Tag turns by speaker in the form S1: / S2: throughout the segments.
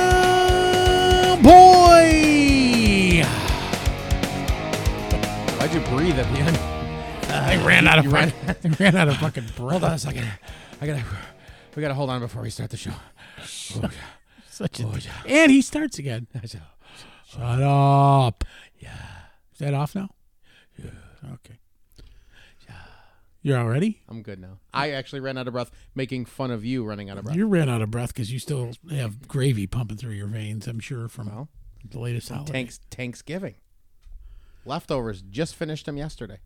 S1: Yeah, boy. Why'd you breathe at the end?
S2: I ran out of
S1: ran-
S2: ran, I ran out of fucking breath.
S1: Hold on a second. I gotta. We gotta hold on before we start the show. Oh, yeah.
S2: Such a
S1: Oh, yeah.
S2: and he starts again.
S1: I said,
S2: Shut up. Yeah. Is that off now? Yeah. Okay. You're all ready.
S1: I'm good now. I actually ran out of breath making fun of you running out of breath.
S2: You ran out of breath because you still have gravy pumping through your veins. I'm sure from
S1: Well,
S2: the latest holiday.
S1: Tanks Thanksgiving. Leftovers just finished them yesterday.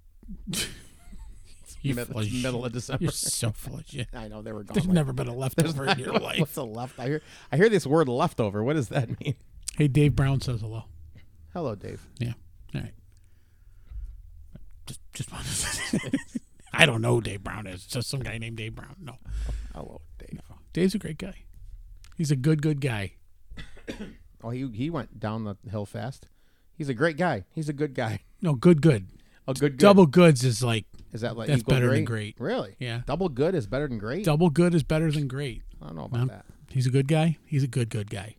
S2: You
S1: Mid-
S2: full of
S1: middle
S2: shit.
S1: of December.
S2: You're so full of shit.
S1: I know they were gone.
S2: There's
S1: like-
S2: never been a leftover in your life.
S1: What's a left? I hear. I hear this word leftover. What does that mean?
S2: Hey, Dave Brown says hello.
S1: Hello, Dave.
S2: Yeah. All right. Just, just wanted to I don't know who Dave Brown is. It's just some guy named Dave Brown. No.
S1: Hello, Dave.
S2: Dave's a great guy. He's a good, good guy.
S1: Oh, he he went down the hill fast. He's a great guy. He's a good guy.
S2: No, good, good.
S1: A good, good.
S2: Double goods is like
S1: is that like
S2: that's
S1: equal
S2: better
S1: great?
S2: than great.
S1: Really?
S2: Yeah.
S1: Double good is better than great.
S2: double good is better than great.
S1: I don't know
S2: No.
S1: about that.
S2: He's a good guy. He's a good, good guy.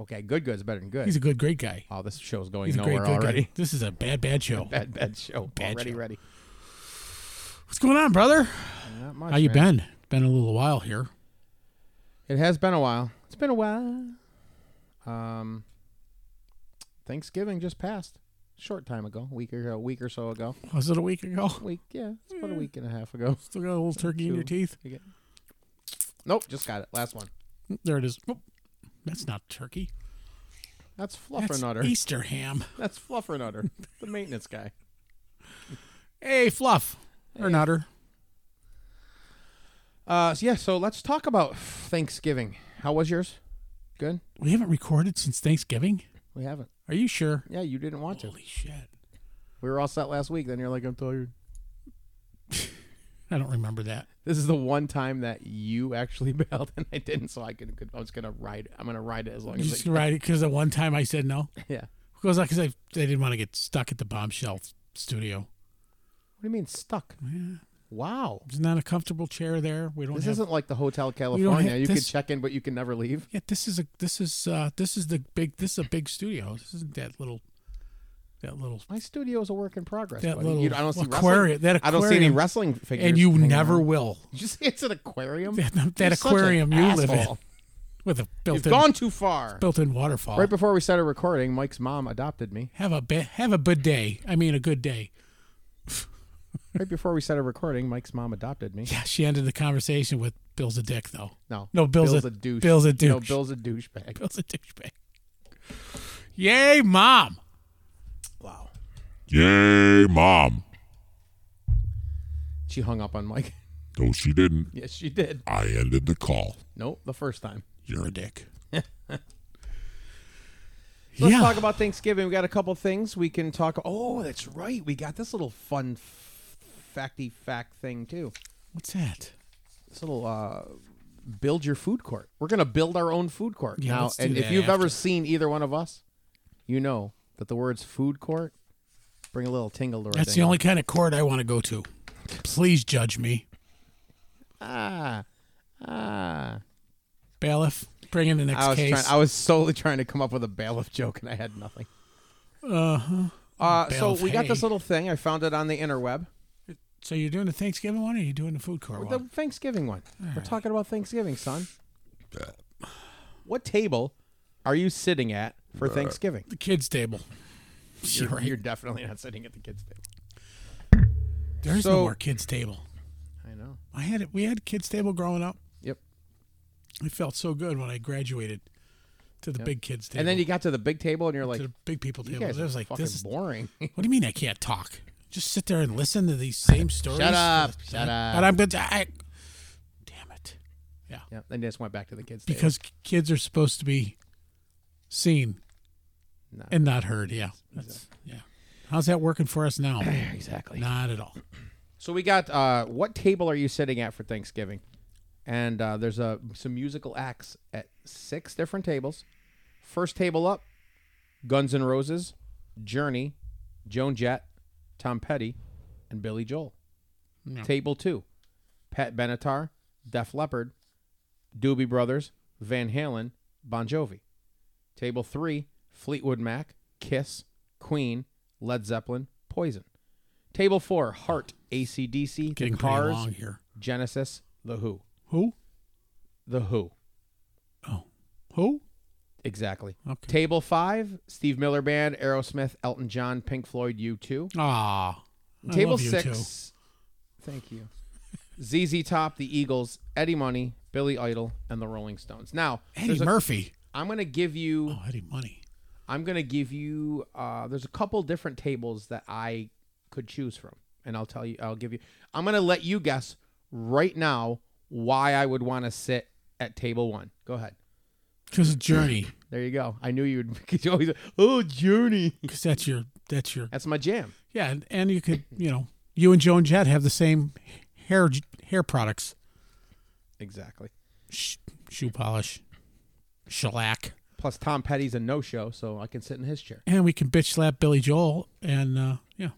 S1: Okay, good good is better than good.
S2: He's a good, great guy.
S1: oh, this show's going
S2: He's a great,
S1: nowhere
S2: good
S1: already.
S2: guy. This is a bad, bad show.
S1: Bad bad show.
S2: Bad
S1: already
S2: show.
S1: ready.
S2: What's going on, brother?
S1: Not much.
S2: How you
S1: man.
S2: been? Been a little while here.
S1: It has been a while. It's been a while. Um, Thanksgiving just passed. Short time ago, week or a week or so ago.
S2: Was it a week ago?
S1: Week, yeah, it's about a week and a half ago.
S2: Still got a little turkey in your
S1: Two.
S2: teeth.
S1: Nope, just got it. Last one.
S2: There it is. Oh, that's not turkey.
S1: That's Fluffer
S2: That's
S1: Nutter.
S2: Easter ham.
S1: That's Fluffer Nutter, the maintenance guy.
S2: Hey, Fluff. Or Nutter.
S1: Uh, so yeah, so let's talk about Thanksgiving. How was yours? Good.
S2: We haven't recorded since Thanksgiving.
S1: We haven't.
S2: Are you sure?
S1: Yeah, you didn't want to.
S2: Holy shit.
S1: We were all set last week. Then you're like, I'm tired.
S2: I don't remember that.
S1: This is the one time that you actually bailed and I didn't, so I could. I was gonna ride. I'm gonna ride it as long
S2: You
S1: as
S2: just
S1: I
S2: right because the one time I said no.
S1: Yeah.
S2: Because because I, I didn't want to get stuck at the bombshell studio.
S1: What do you mean stuck?
S2: Oh, Yeah.
S1: Wow.
S2: There's not a comfortable chair there. We don't
S1: This
S2: have
S1: isn't like the Hotel California.
S2: have
S1: You can
S2: this-
S1: check in, but you can never leave.
S2: Yeah, this is a this is uh this is the big this is a big studio. This isn't that little that little
S1: My studio is a work in progress.
S2: that
S1: buddy.
S2: little
S1: You- I don't see
S2: aquarium.
S1: wrestling.
S2: That
S1: I
S2: aquarium.
S1: don't see any wrestling figures.
S2: And you
S1: hanging
S2: never
S1: around.
S2: will.
S1: Did you say it's an aquarium?
S2: That, that
S1: You're such an
S2: aquarium you live in
S1: asshole.
S2: with a
S1: You've
S2: built-in
S1: gone too far.
S2: built-in waterfall.
S1: Right before we started recording, Mike's mom adopted me.
S2: have a ba- have a good day. I mean a good day.
S1: Right before we started recording, Mike's mom adopted me.
S2: Yeah, she ended the conversation with Bill's a dick though.
S1: No,
S2: No, Bill's a-
S1: douche.
S2: Bill's a
S1: No,
S2: douche.
S1: Bill's a douchebag.
S2: Bill's a douchebag. Yay, mom.
S1: Wow.
S3: Yay, mom.
S1: She hung up on Mike.
S3: No, she didn't.
S1: Yes, she did.
S3: I ended the call.
S1: Nope, the first time.
S3: You're a dick.
S1: So let's
S2: Yeah.
S1: talk about Thanksgiving. We got a couple things we can talk. Oh, that's right. We got this little fun, f- facty fact thing too.
S2: What's that?
S1: This little uh, build your food court. We're gonna build our own food court
S2: Yeah,
S1: now.
S2: let's do
S1: and if
S2: that
S1: you've ever
S2: after.
S1: seen either one of us, you know that the words food court bring a little tingle to our.
S2: That's the
S1: dingle.
S2: only kind of court I want to go to. Please judge me,
S1: Ah, ah.
S2: bailiff. Bring in the next
S1: I was
S2: case.
S1: trying. I was solely trying to come up with a bailiff joke, and I had nothing. Uh huh. so
S2: Uh-huh. Bailiff
S1: we got this
S2: hay.
S1: little thing. I found it on the interweb.
S2: so you're doing the Thanksgiving one, or you're doing the food court
S1: The
S2: one?
S1: Thanksgiving one. We're talking about Thanksgiving, son. What table are you sitting at for Thanksgiving?
S2: The kids' table. You're right.
S1: You're definitely not sitting at the kids' table.
S2: There's
S1: so-
S2: no more kids' table.
S1: I know.
S2: I had it. We had kids' table growing up.
S1: Yep.
S2: I felt so good when I graduated to the big kids' table.
S1: And then you got to the big table, and you're like,
S2: to the big people table.
S1: "You guys
S2: I
S1: are
S2: was like,
S1: fucking
S2: this is, what
S1: boring."
S2: do you mean I can't talk? Just sit there and listen to these same stories.
S1: Shut up! Shut up!
S2: But I'm good. To, I, damn it.
S1: Yeah. Then just went back to the kids' table.
S2: because k- kids are supposed to be seen
S1: Not
S2: and not heard. Yeah, that's yeah. How's that working for us now?
S1: exactly.
S2: not at all.
S1: So we got uh, what table are you sitting at for Thanksgiving? And uh, there's uh, some musical acts at six different tables. First table up: Guns N' Roses, Journey, Joan Jett, Tom Petty, and Billy Joel.
S2: Yeah.
S1: Table two: Pat Benatar, Def Leppard, Doobie Brothers, Van Halen, Bon Jovi. Table three, Fleetwood Mac, Kiss, Queen, Led Zeppelin, Poison. Table four, Heart, ACDC,
S2: Getting
S1: The
S2: pretty
S1: Cars,
S2: long here.
S1: Genesis, The Who.
S2: Who?
S1: The Who.
S2: Oh, who?
S1: Exactly.
S2: Okay.
S1: Table five, Steve Miller Band, Aerosmith, Elton John, Pink Floyd, U2.
S2: Ah. I
S1: Table
S2: love you
S1: six.
S2: two.
S1: Thank you. ZZ Top, the Eagles, Eddie Money, Billy Idol, and the Rolling Stones. Now,
S2: Eddie
S1: there's a-
S2: Murphy.
S1: I'm gonna give you.
S2: Oh, Eddie Money.
S1: I'm gonna give you. Uh, there's a couple different tables that I could choose from, and I'll tell you. I'll give you. I'm gonna let you guess right now why I would want to sit at table one. Go ahead.
S2: Because of Journey.
S1: There you go. I knew you'd. Cause you always. Oh, Journey.
S2: Because that's your that's your
S1: That's my jam.
S2: yeah, and, and you could you know you and Joan Jett have the same hair hair products,
S1: Exactly.
S2: Sh- shoe polish, shellac,
S1: Plus, Tom Petty's a no-show, so I can sit in his chair.
S2: and we can bitch slap Billy Joel and uh, yeah,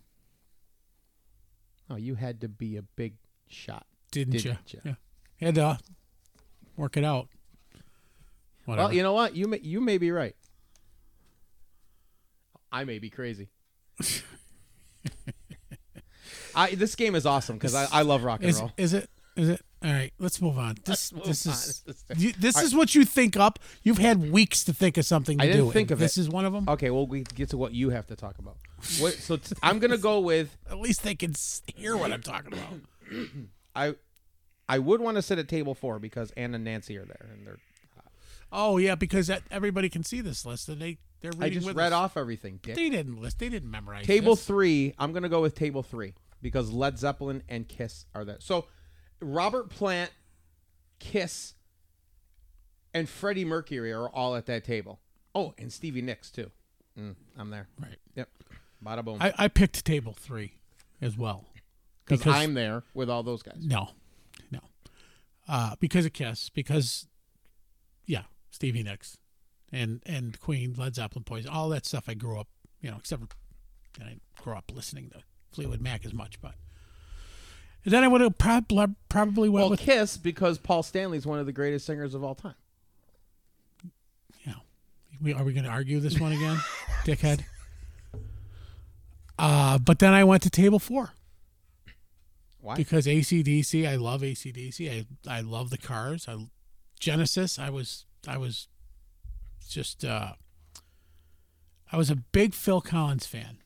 S1: Oh, you had to be a big shot.
S2: didn't,
S1: Didn't
S2: you?
S1: ya?
S2: Yeah, had to uh, work it out. Whatever.
S1: Well, you know what? You may, you may be right. I may be crazy. I this game is awesome because I, I love rock and
S2: is,
S1: roll.
S2: is it is it all right? Let's move on. This
S1: move
S2: this
S1: on.
S2: is
S1: This is-
S2: you, this is what you think up. You've had weeks to think of something. To
S1: I didn't
S2: do,
S1: think
S2: and
S1: of
S2: this
S1: it. Uh,
S2: is one of them.
S1: Okay, well we get to what you have to talk about. What, so t- I'm gonna go with
S2: At least they can s- hear what I'm talking about.
S1: I. I would want to sit at table four because Ann and Nancy are there, and they're.
S2: Oh yeah, because that, everybody can see this list, and they they're reading
S1: I just
S2: with
S1: read
S2: us.
S1: off everything. Dick.
S2: They didn't list. They didn't memorize.
S1: Table
S2: this.
S1: three. I'm gonna go with table three because Led Zeppelin and Kiss are there. So Robert Plant, Kiss, and Freddie Mercury are all at that table. Oh, and Stevie Nicks too. Mm, I'm there.
S2: Right.
S1: Yep. Bada boom.
S2: I, I picked table three as well
S1: Because I'm there with all those guys.
S2: no, no, uh, because of Kiss, because yeah, Stevie Nicks, and and Queen, Led Zeppelin, Poison, all that stuff. I grew up, you know, except for I didn't grow up listening to Fleetwood Mac as much, but and then I would have probably probably went
S1: Well,
S2: with
S1: Kiss because Paul Stanley's one of the greatest singers of all time.
S2: Yeah. We, are we going to argue this one again, dickhead? Uh, but then I went to table four.
S1: Why?
S2: Because ACDC, I love ACDC. I, I love the cars. I, Genesis, I was, I was just, uh, I was a big Phil Collins fan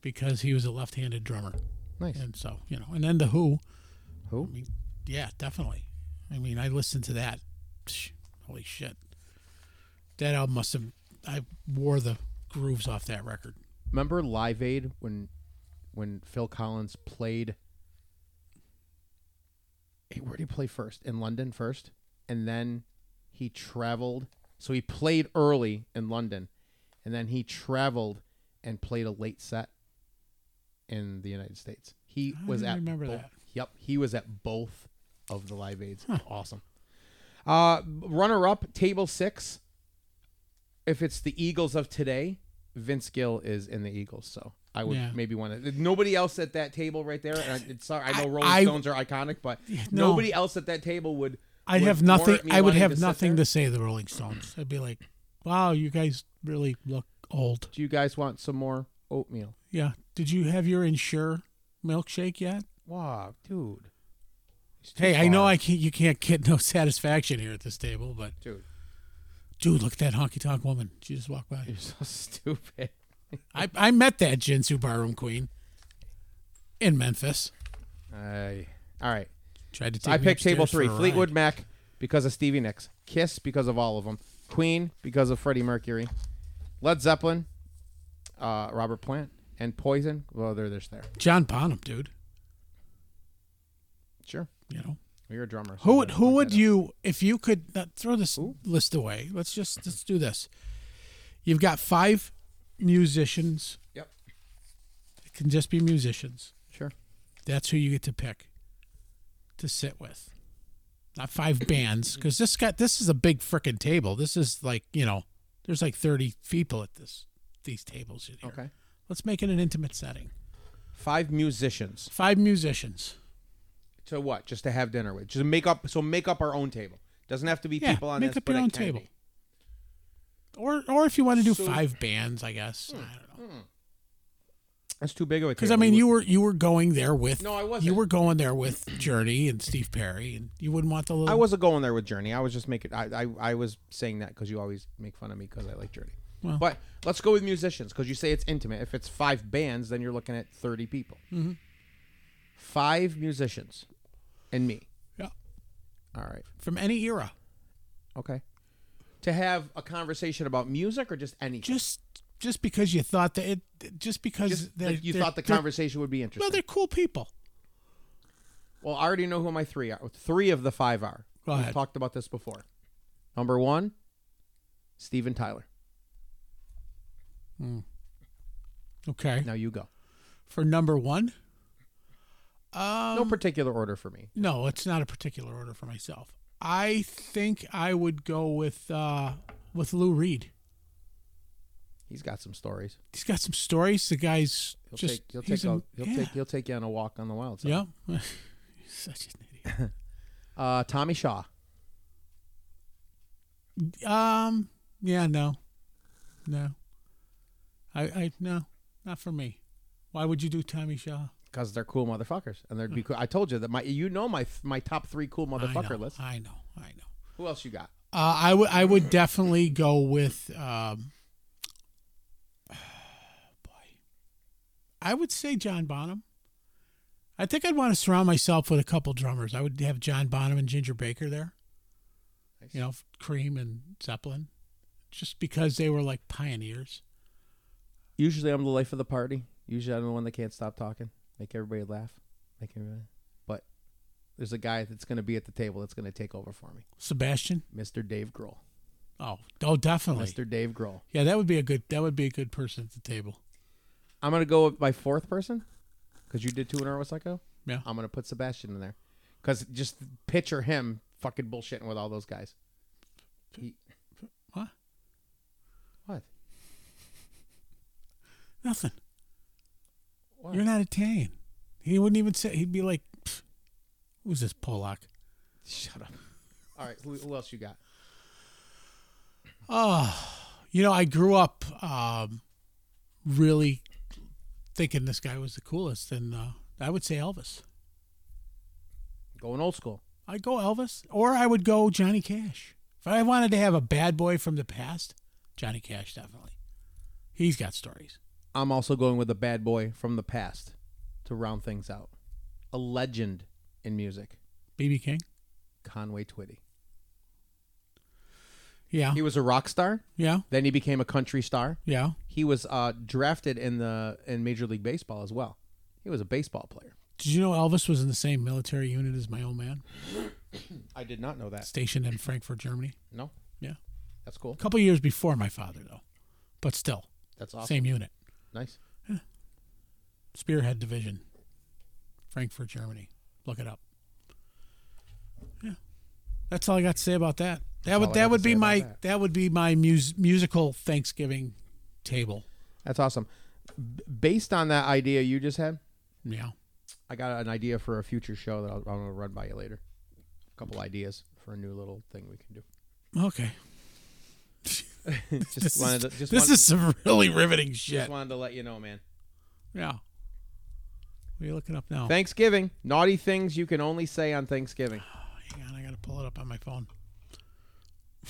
S2: because he was a left handed drummer.
S1: Nice.
S2: And so, you know, and then the Who.
S1: Who?
S2: I mean, yeah, definitely. I mean, I listened to that. Psh, Holy shit. That album must have, I wore the grooves off that record.
S1: Remember Live Aid when when Phil Collins played Hey, where did he play first? In London first? And then he traveled. So he played early in London and then he traveled and played a late set in the United States. He
S2: I
S1: was
S2: didn't
S1: at
S2: remember
S1: bo-
S2: that.
S1: Yep, he was at both of the Live Aids. Awesome. Uh runner up table 6 if it's the Eagles of today, Vince Gill is in the Eagles, so I would
S2: Yeah.
S1: maybe want to. Nobody else at that table right there. And I, it's, sorry, I know
S2: I-
S1: Rolling
S2: I-
S1: Stones are iconic, but
S2: no.
S1: nobody else at that table would.
S2: I'd
S1: would
S2: have nothing,
S1: warrant me
S2: I would
S1: wanting
S2: have
S1: to sit
S2: nothing
S1: there.
S2: to say to the Rolling Stones. I'd be like, wow, you guys really look old.
S1: Do you guys want some more oatmeal?
S2: Yeah. Did you have your Insure milkshake yet?
S1: Wow, dude. It's too
S2: Hey, I know
S1: far.
S2: I can't, you can't get no satisfaction here at this table, but
S1: Dude,
S2: dude, look at that honky tonk woman. She just walked by.
S1: you're so stupid.
S2: I, I met that Jinsu barroom queen in Memphis.
S1: I. All right.
S2: Tried to take
S1: I
S2: me
S1: picked table
S2: upstairs
S1: three
S2: for a
S1: Fleetwood
S2: ride.
S1: Mac because of Stevie Nicks, Kiss because of all of them, Queen because of Freddie Mercury, Led Zeppelin, uh, Robert Plant, and Poison. Well, they're just there.
S2: John Bonham, dude.
S1: Sure.
S2: You know
S1: You're a drummer. so
S2: who
S1: I'm
S2: would
S1: gonna
S2: who
S1: point
S2: would
S1: that out.
S2: you if you could uh, throw this list away? Let's just let's do this. You've got five musicians.
S1: Yep.
S2: It can just be musicians.
S1: Sure.
S2: That's who you get to pick to sit with. Not five bands, because this got this is a big frickin' table. This is like you know, there's like thirty people at this these tables in here.
S1: Okay.
S2: Let's make it an intimate setting.
S1: Five musicians.
S2: Five musicians.
S1: To what? Just to have dinner with. Just make up. So make up our own table. Doesn't have to be
S2: Yeah,
S1: people on
S2: make
S1: this,
S2: up
S1: but
S2: your
S1: it
S2: own
S1: can
S2: table.
S1: be.
S2: Or or if you want to do
S1: So- Hmm.
S2: five bands, I guess. I don't know.
S1: That's too big of a.
S2: Because I
S1: table.
S2: mean, you were you were going there with
S1: No, I wasn't.
S2: You were going there with Journey and Steve Perry, and you wouldn't want the little.
S1: I wasn't going there with Journey. I was just making. I I, I was saying that because you always make fun of me because I like Journey.
S2: Well.
S1: but let's go with musicians because you say it's intimate. If it's five bands, then you're looking at thirty people.
S2: Mm-hmm.
S1: Five musicians, and me.
S2: Yeah.
S1: All right.
S2: from any era.
S1: Okay. To have a conversation about music or just anything.
S2: Just just because you thought that it, just because
S1: Just
S2: they're-
S1: that you
S2: they're-
S1: thought the
S2: they're-
S1: conversation would be
S2: Well,
S1: interesting.
S2: they're cool people.
S1: Well, I already know who my three are. Three of the five are.
S2: Go
S1: We've
S2: ahead.
S1: talked about this before. Number one, Steven Tyler.
S2: Okay.
S1: Now you go.
S2: For number one, um,
S1: No particular order for me.
S2: no, it's not a particular order for myself. I think I would go with uh, with Lou Reed.
S1: He's got some stories.
S2: He's got some stories. The guy's
S1: He'll
S2: just
S1: take he'll
S2: he's
S1: take a,
S2: a-
S1: he'll
S2: yeah,
S1: take he'll take you on a walk on the wild side.
S2: yeah. He's Such an idiot.
S1: Uh, Tommy Shaw.
S2: Um. Yeah. No. No. I. I. No. Not for me. Why would you do Tommy Shaw?
S1: Because they're cool motherfuckers, and they'd be cool. I told you that my you know my my top three cool
S2: Mm. I know,
S1: motherfucker list.
S2: I know. I know.
S1: Who else you got?
S2: Uh, I would. I would definitely go with. Um, boy, I would say John Bonham. I think I'd want to surround myself with a couple drummers. I would have John Bonham and Ginger Baker there. You know, Cream and Zeppelin, just because they were like pioneers.
S1: Usually I'm the life of the party. Usually I'm the one that can't stop talking, make everybody laugh, make everybody. But there's a guy that's going to be at the table that's going to take over for me,
S2: Sebastian.
S1: Mr. Dave Grohl.
S2: Oh, oh, definitely.
S1: Mr. Dave Grohl.
S2: Yeah, that would be a good. That would be a good person at the table.
S1: I'm gonna go with my fourth person because you did two in a row with Psycho.
S2: Yeah.
S1: I'm gonna put Sebastian in there because just picture him fucking bullshitting with all those guys. He,
S2: What?
S1: what?
S2: Nothing.
S1: What?
S2: You're not Italian. He wouldn't even say. He'd be like, "Pfft, "Who's this Polak?"
S1: Shut up. All right. Who, who else you got?
S2: Oh, you know, I grew up um, really thinking this guy was the coolest, and uh, I would say Elvis.
S1: Going old school.
S2: I'd go Elvis, or I would go Johnny Cash. If I wanted to have a bad boy from the past, Johnny Cash definitely. He's got stories.
S1: I'm also going with a bad boy from the past to round things out. A legend in music,
S2: BB King.
S1: Conway Twitty.
S2: Yeah,
S1: He was a rock star.
S2: yeah,
S1: Then he became a country star.
S2: yeah.
S1: He was uh, drafted in the in Major League Baseball as well. He was a baseball player.
S2: Did you know Elvis was in the same military unit as my old man,
S1: I did not know that.
S2: stationed in Frankfurt, Germany?
S1: No,
S2: Yeah,
S1: that's cool.
S2: a couple years before my father, though, but still,
S1: That's awesome.
S2: same unit.
S1: Nice.
S2: Spearhead Division, Frankfurt, Germany. Look it up. Yeah, that's all I got to say about that. That
S1: all I
S2: would
S1: got
S2: that
S1: to
S2: would
S1: say
S2: be
S1: about
S2: my
S1: that.
S2: that. would be my mus- musical Thanksgiving table.
S1: That's awesome. B- based on that idea you just had,
S2: Yeah,
S1: I got an idea for a future show that I'll, I'm going to run by you later. A couple ideas for a new little thing we can do.
S2: okay.
S1: just
S2: This,
S1: wanted to,
S2: is,
S1: just,
S2: this
S1: wanted,
S2: is some really riveting
S1: just
S2: shit.
S1: wanted to let you know, man.
S2: Yeah. What are you looking up now?
S1: Thanksgiving, naughty things you can only say on Thanksgiving.
S2: Hang on, I gotta pull it up on my phone.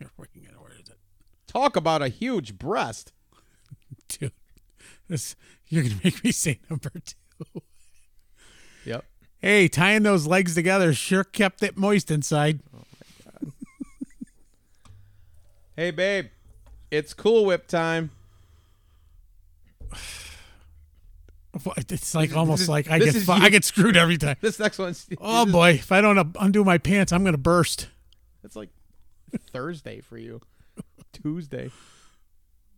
S2: You're working it. Where is it,
S1: Talk about a huge breast.
S2: dude? This you're gonna make me say number two.
S1: Yep.
S2: Hey, tying those legs together sure kept it moist inside.
S1: Hey, babe, it's Cool Whip time.
S2: It's like almost
S1: is-
S2: like I
S1: this
S2: get
S1: is
S2: fu-
S1: you.
S2: I get screwed every time.
S1: This next one's
S2: Oh boy, if I don't undo my pants, I'm gonna burst.
S1: it's like Thursday for you, Tuesday,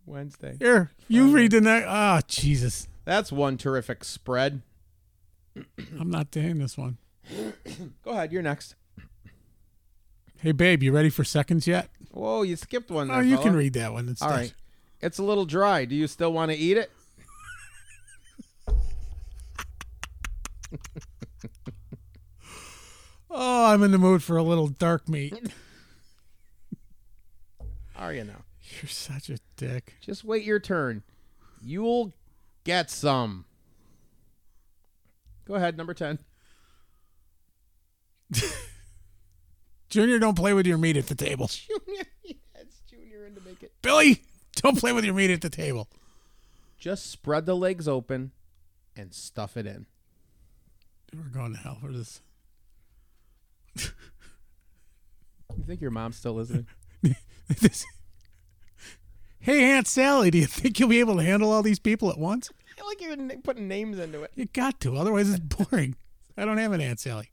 S1: Wednesday.
S2: Here, you read the next. Oh Jesus,
S1: That's one terrific spread.
S2: I'm not doing this one.
S1: Go ahead, you're next.
S2: Hey babe, you ready for seconds yet?
S1: Whoa, you skipped one. There,
S2: Oh, you
S1: fella.
S2: can read that one. It's
S1: All right, it's a little dry. Do you still want to eat it?
S2: Oh, I'm in the mood for a little dark meat.
S1: Are you now?
S2: You're such a dick.
S1: Just wait your turn. You'll get some. Go ahead, number 10.
S2: Junior, don't play with your meat at the table.
S1: Junior, yes, Junior in to make it.
S2: Billy, don't play with your meat at the table.
S1: Just spread the legs open and stuff it in.
S2: We're going to hell for this.
S1: You think your mom's still listening?
S2: This- Hey, Aunt Sally, do you think you'll be able to handle all these people at once?
S1: I like you're n- putting names into it.
S2: You got to, otherwise it's boring. I don't have an Aunt Sally.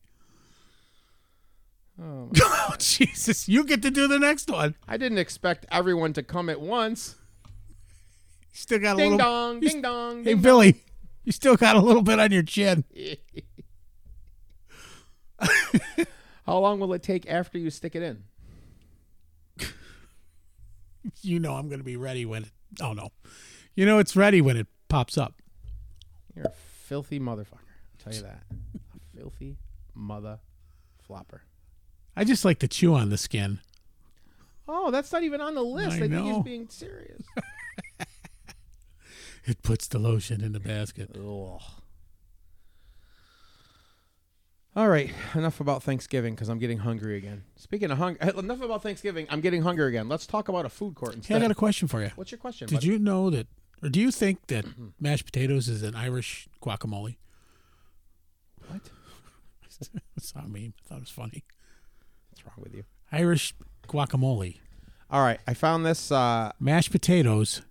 S1: Oh,
S2: Oh, Jesus. You get to do the next one.
S1: I didn't expect everyone to come at once.
S2: Still got a little.
S1: Ding dong,
S2: you
S1: ding dong.
S2: Hey,
S1: ding
S2: Billy, you still got a little bit on your chin.
S1: How long will it take after you stick it in?
S2: You know I'm going to be ready when it. Oh, no. You know it's ready when it pops up.
S1: You're a filthy motherfucker. I'll tell you that. A filthy mother flopper.
S2: I just like to chew on the skin.
S1: Oh, that's not even on the list.
S2: I
S1: I, think
S2: know.
S1: he's being serious.
S2: It puts the lotion in the basket.
S1: Ugh. All right, enough about Thanksgiving because I'm getting hungry again. Speaking of hunger, enough about Thanksgiving. I'm getting hungry again. Let's talk about a food court
S2: Hey, I
S1: instead.
S2: got a question for you.
S1: What's your question?
S2: Did
S1: buddy?
S2: you know that, or do you think that
S1: Mm-hmm.
S2: mashed potatoes is an Irish guacamole?
S1: What?
S2: That's not a meme. I thought it was funny.
S1: What's wrong with you?
S2: Irish guacamole.
S1: All right, I found this. Uh,
S2: Mashed potatoes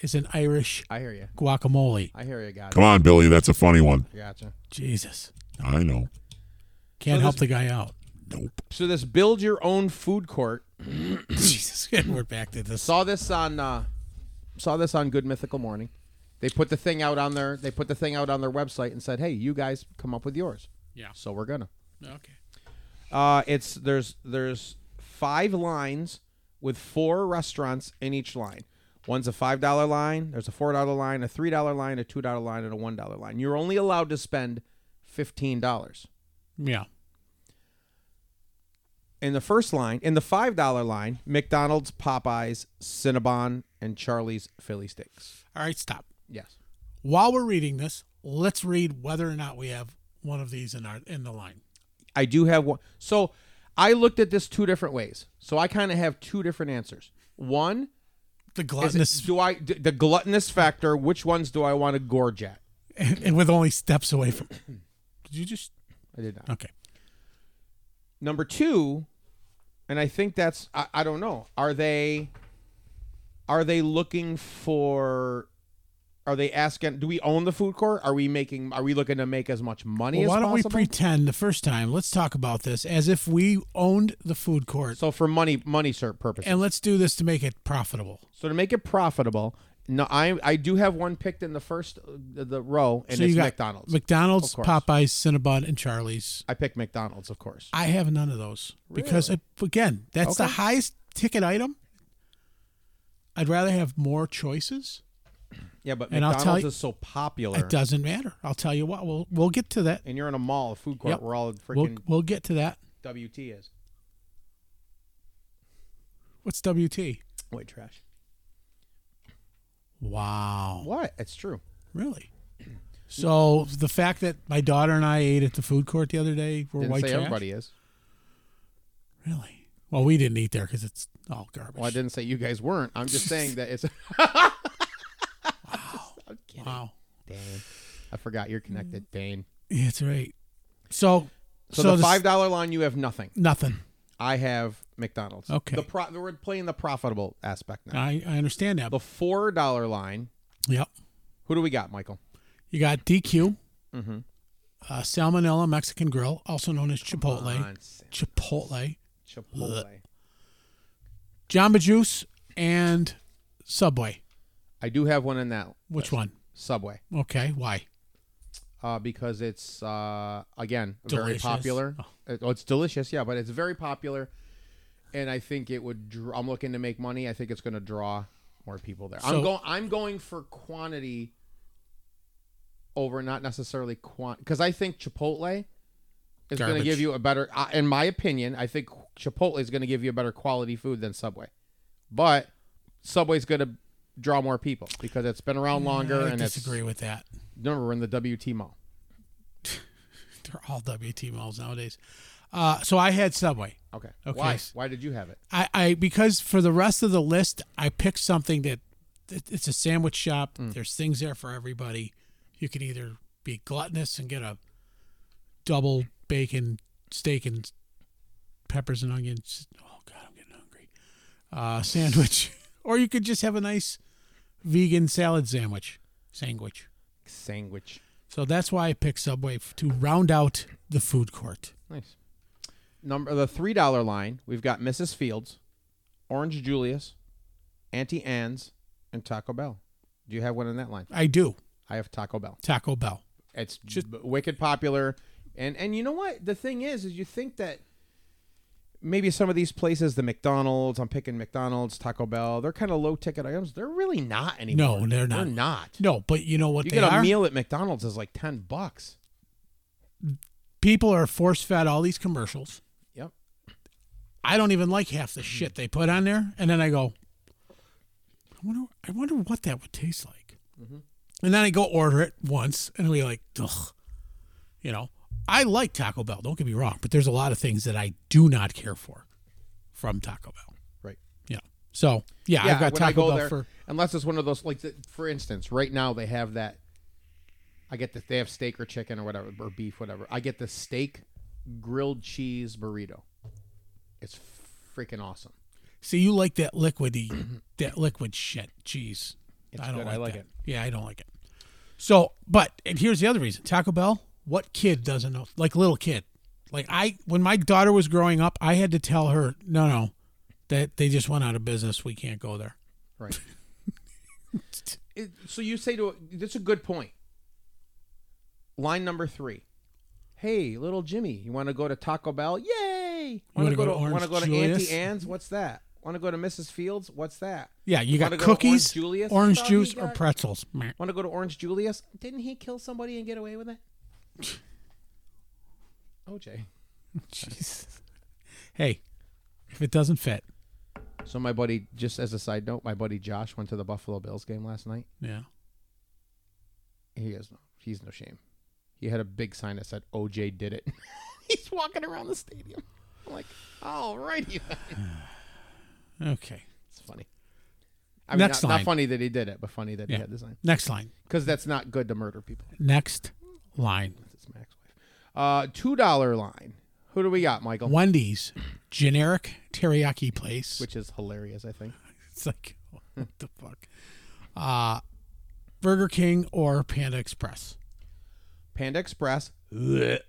S2: is an Irish
S1: I hear you.
S2: guacamole.
S1: I hear you. Got
S3: Come on, Billy. That's a funny one.
S1: it. Gotcha.
S2: Jesus.
S3: I know.
S2: Can't help the guy out.
S3: Nope.
S1: So this build your own food court.
S2: Jesus. And we're back to this.
S1: Saw this on. Uh, saw this on Good Mythical Morning. They put the thing out on their. They put the thing out on their website and said, "Hey, you guys come up with yours."
S2: Yeah.
S1: So we're gonna.
S2: Okay.
S1: Uh, it's there's there's five lines with four restaurants in each line. One's a five dollar line. There's a four dollar line, a three dollar line, a two dollar line, and a one dollar line. You're only allowed to spend fifteen dollars
S2: Yeah.
S1: in the first line. In the five dollar line, McDonald's, Popeyes, Cinnabon, and Charlie's Philly Steaks.
S2: All right. Stop.
S1: Yes.
S2: While we're reading this, let's read whether or not we have one of these in our in the line.
S1: I do have one. So I looked at this two different ways. So I kind of have two different answers. One,
S2: The
S1: is
S2: gluttonous
S1: it- do I d- the gluttonous factor? Which ones do I want to gorge at?
S2: and, and with only steps away from. Did you just?
S1: I did not.
S2: Okay.
S1: Number two, and I think that's I, I don't know. Are they are they looking for? Are they asking? Do we own the food court? Are we making? Are we looking to make as much money
S2: Well,
S1: as
S2: why don't
S1: possible?
S2: we pretend the first time? Let's talk about this as if we owned the food court,
S1: so for money money ser- purposes.
S2: and let's do this to make it profitable.
S1: so to make it profitable, no, I I do have one picked in the first uh, the, the row, and
S2: so
S1: it's
S2: you got
S1: McDonald's.
S2: McDonald's,
S1: Of course.
S2: Popeyes, Cinnabon, and Charlie's.
S1: I picked McDonald's, of course.
S2: I have none of those because uh, again, that's the
S1: Okay.
S2: highest ticket item. I'd rather have more choices.
S1: Yeah, but
S2: And I'll tell
S1: McDonald's
S2: you-
S1: is so popular.
S2: It doesn't matter. I'll tell you what. We'll we'll get to that.
S1: and you're in a mall, a food court
S2: Yep.
S1: where all the
S2: We'll
S1: freaking
S2: we'll get to that.
S1: WT is.
S2: What's WT?
S1: White trash.
S2: Wow.
S1: What? It's true.
S2: Really? So the fact that my daughter and I ate at the food court the other day were
S1: Didn't
S2: white
S1: say
S2: trash.
S1: everybody is.
S2: Really? Well, we didn't eat there because it's all garbage.
S1: Well, I didn't say you guys weren't. I'm just saying that it's. I'm kidding.
S2: Wow.
S1: Dane. I forgot you're connected, Dane.
S2: Yeah, that's right. So, Mm. so,
S1: So, the
S2: this-
S1: five dollar line, you have nothing.
S2: nothing.
S1: I have McDonald's.
S2: Okay.
S1: The pro- we're playing the profitable aspect now.
S2: I, I understand that.
S1: the four dollar line.
S2: Yep.
S1: Who do we got, Michael?
S2: You got DQ,
S1: Mm-hmm.
S2: uh, Salmonella Mexican Grill, also known as Chipotle.
S1: Nonsense.
S2: Chipotle,
S1: Chipotle.
S2: Jamba Juice, and Subway.
S1: I do have one in that
S2: Which one?
S1: Subway.
S2: Okay. Why?
S1: uh, because it's uh, again very
S2: Delicious.
S1: popular.
S2: Oh.
S1: It- oh, it's delicious, yeah, but it's very popular, and I think it would. Draw, I'm looking to make money. I think it's going to draw more people there. I'm
S2: So-
S1: going. I'm going for quantity over not necessarily quant because I think Chipotle is going to
S2: Garbage.
S1: give you a better, uh, in my opinion, I think Chipotle is going to give you a better quality food than Subway. But Subway's going to draw more people because it's been around longer
S2: Mm, I
S1: and
S2: disagree
S1: it's
S2: with that.
S1: remember we're in the WT mall.
S2: They're all WT malls nowadays. Uh, so I had Subway.
S1: Okay.
S2: Okay.
S1: Why? Why did you have it?
S2: I, I because for the rest of the list, I picked something that it- it's a sandwich shop. There's things there for everybody. You could either be gluttonous and get a double bacon steak and peppers and onions. Oh God, I'm getting hungry. Uh, sandwich, or you could just have a nice vegan salad sandwich. Sandwich.
S1: Sandwich.
S2: So that's why I picked Subway f- to round out the food court.
S1: Nice. Number the three dollar line. We've got Mrs. Fields, Orange Julius, Auntie Anne's, and Taco Bell. Do you have one in that line?
S2: I do
S1: I have Taco Bell.
S2: Taco Bell.
S1: It's just wicked popular, and and you know what? The thing is, is you think that maybe some of these places, the McDonald's, I'm picking McDonald's, Taco Bell, they're kind of low ticket items. They're really not anymore.
S2: they're
S1: They're
S2: not.
S1: not.
S2: No, but you know what
S1: You
S2: they
S1: get a
S2: are.
S1: meal at McDonald's is like ten bucks.
S2: people are force fed all these commercials.
S1: Yep.
S2: I don't even like half the shit they put on there, and then I go, I wonder, I wonder what that would taste like.
S1: Mm-hmm.
S2: And then I go order it once, and we like, ugh, you know. I like Taco Bell. Don't get me wrong, but there's a lot of things that I do not care for from Taco Bell.
S1: Right.
S2: You know. So yeah, I've got
S1: when I
S2: Taco
S1: go
S2: Bell
S1: there-
S2: for
S1: unless it's one of those like the, for instance, right now they have that. I get that they have steak or chicken or whatever or beef whatever. I get the steak grilled cheese burrito. It's freaking awesome.
S2: See, you like that liquidy, that liquid shit cheese.
S1: It's
S2: I don't
S1: good.
S2: Like
S1: I like
S2: that.
S1: it.
S2: Yeah, I don't like it. So, but and here's the other reason: Taco Bell. What kid doesn't know? Like little kid. Like I, when my daughter was growing up, I had to tell her, no, no, that they just went out of business. We can't go there.
S1: Right. It- so you say to that's a good point. Line number three. Hey, little Jimmy, you want to go to Taco Bell? Yay! Want
S2: wanna go to Orange
S1: want to go to
S2: Julius?
S1: Auntie Anne's? What's that? Want to go to Mrs. Fields? What's that?
S2: Yeah, you
S1: Wanna
S2: got
S1: go to Orange
S2: cookies,
S1: Julius?
S2: orange
S1: Oh, you
S2: juice, or
S1: got-
S2: pretzels. Meh.
S1: Want to go to Orange Julius? Didn't he kill somebody and get away with it? OJ.
S2: Jeez. Hey, if it doesn't fit,
S1: So my buddy, just as a side note, my buddy Josh went to the Buffalo Bills game last night.
S2: yeah.
S1: He has no, he's no shame. He had a big sign that said "OJ did it." he's walking around the stadium. I'm like, alrighty, then."
S2: Okay.
S1: it's funny. I mean,
S2: Next
S1: not,
S2: line.
S1: not funny that he did it, but funny that
S2: Yeah.
S1: he had the sign
S2: Next line.
S1: because that's not good to murder people.
S2: Next line.
S1: It's Mac's wife. Uh, two dollar line. Who do we got, Michael?
S2: Wendy's, generic teriyaki place.
S1: Which is hilarious, I think.
S2: It's like, what the fuck? Uh, Burger King or Panda Express?
S1: Panda Express. Not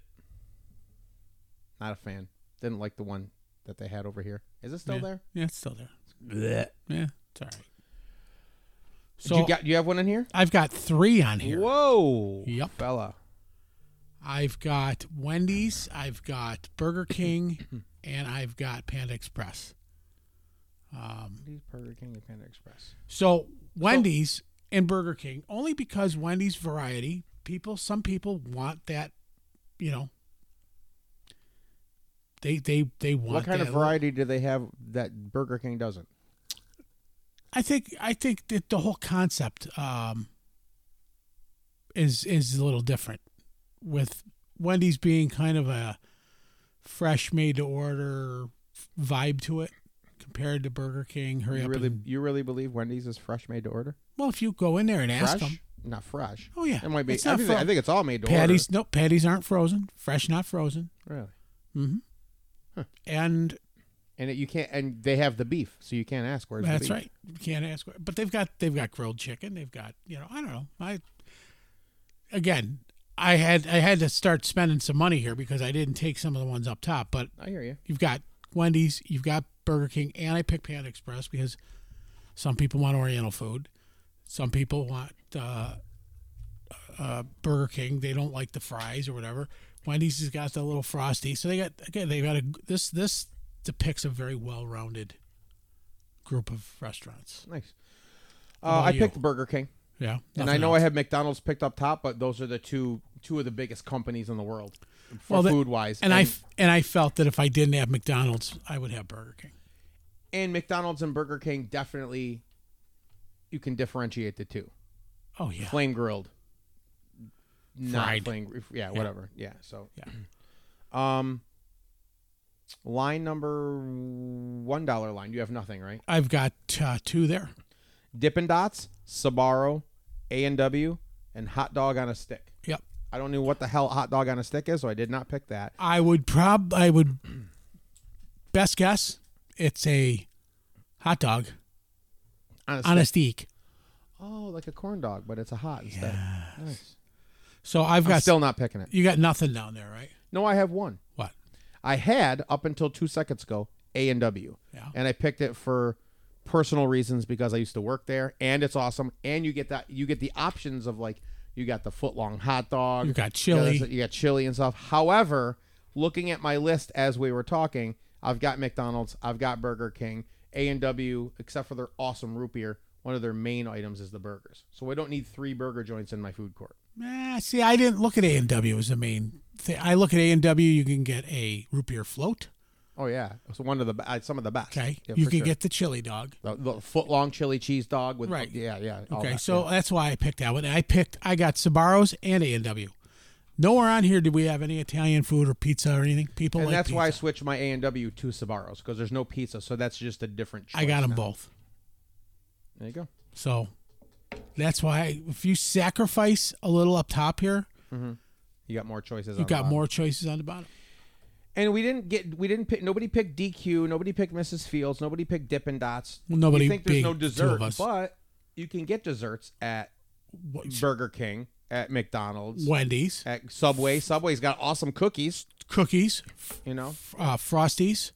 S1: a fan. Didn't like the one that they had over here. Is it still
S2: yeah.
S1: there?
S2: Yeah, it's still there. Yeah, it's all right.
S1: So
S2: So
S1: you got you have one in here?
S2: I've got three on here.
S1: Whoa.
S2: Yep.
S1: Bella.
S2: I've got Wendy's, I've got Burger King, and I've got Panda Express.
S1: Burger King and Panda Express.
S2: So Wendy's and Burger King only because Wendy's variety people. Some people want that, you know. They they they want
S1: What kind of
S2: that.
S1: variety do they have that Burger King doesn't?
S2: I think I think that the whole concept um, is is a little different, with Wendy's being kind of a fresh made to order vibe to it compared to Burger King. Hurry
S1: You
S2: up!
S1: really
S2: and-
S1: you really believe Wendy's is fresh made to order?
S2: well, if you go in there and ask them,
S1: Fresh? Not fresh.
S2: Oh, yeah.
S1: It might be
S2: It's not
S1: everything-
S2: fro-
S1: I think it's all made to
S2: patties no patties aren't frozen, fresh not frozen,
S1: order. Really.
S2: and
S1: And it, you can't and they have the beef, so you can't ask where's
S2: That's
S1: the beef.
S2: right. You can't ask. But they've got they've got grilled chicken. They've got you know I don't know. I again I had I had to start spending some money here because I didn't take some of the ones up top. But
S1: I hear you.
S2: you've got Wendy's, you've got Burger King, and I picked Panda Express because some people want Oriental food, some people want uh, uh, Burger King. They don't like the fries or whatever. Wendy's has got the little frosty, so they got again they got a this this depicts a very well-rounded group of restaurants.
S1: Nice.
S2: about
S1: Uh, I
S2: you?
S1: picked Burger King.
S2: Yeah,
S1: And I know I have McDonald's picked up top, but those are the two two of the biggest companies in the world for
S2: Well, the-
S1: food wise.
S2: And, I f- and I felt that if I didn't have McDonald's, I would have Burger King.
S1: and McDonald's and Burger King definitely you can differentiate the two.
S2: Oh yeah,
S1: Flame grilled, not
S2: Fried.
S1: flame. gr- Yeah, whatever. Yeah. So
S2: Yeah.
S1: Um. Line number one dollar line. You have nothing, right?
S2: I've got uh, two there.
S1: Dippin' Dots, Sabaro, A and W, and hot dog on a stick.
S2: Yep.
S1: I don't know what the hell hot dog on a stick is, so I did not pick that.
S2: I would prob I would best guess it's a hot dog
S1: On a
S2: on a
S1: stick.
S2: steak.
S1: oh, like a corn dog, but it's a hot instead. Nice.
S2: So I've
S1: I'm
S2: got
S1: still not picking it.
S2: you got nothing down there, right?
S1: No, I have one.
S2: What?
S1: I had up until two seconds ago A and W,
S2: Yeah.
S1: and I picked it for personal reasons because I used to work there, and it's awesome. And you get that you get the options of like you got the foot long hot dog,
S2: You got
S1: you got
S2: chili.
S1: this- you got chili and stuff. However, looking at my list as we were talking, I've got McDonald's, I've got Burger King, A and W, except for their awesome root beer. One of their main items is the burgers, so I don't need three burger joints in my food court.
S2: Eh, see, I didn't look at A and W as the main thing. I look at A and W. You can get a root beer float.
S1: Oh yeah, it's one of the be- uh, some of the best.
S2: Okay,
S1: Yeah,
S2: you
S1: for
S2: can
S1: sure.
S2: get the chili dog.
S1: the, the foot long chili cheese dog with
S2: Right.
S1: yeah yeah all
S2: Okay,
S1: that,
S2: so
S1: yeah.
S2: that's why I picked that one. I picked I got Sabaros and A and W. Nowhere on here did we have any Italian food or pizza or anything. People
S1: and
S2: like
S1: that's
S2: pizza.
S1: why I switched my A and W to Sabaros because there's no pizza, so that's just a different. Choice
S2: I got them
S1: now.
S2: both.
S1: There you go.
S2: So that's why if you sacrifice a little up top here,
S1: You got more choices.
S2: you
S1: on the
S2: got
S1: bottom.
S2: more choices on the bottom.
S1: and we didn't get we didn't pick. Nobody picked DQ. Nobody picked Mrs. Fields. Nobody picked Dippin' Dots.
S2: Well, nobody
S1: You think there's
S2: being
S1: no
S2: two of
S1: dessert,
S2: us.
S1: but you can get desserts at
S2: What-
S1: Burger King, at McDonald's,
S2: Wendy's,
S1: at Subway. Subway's got awesome cookies.
S2: cookies, f-
S1: You know,
S2: uh, Frosties,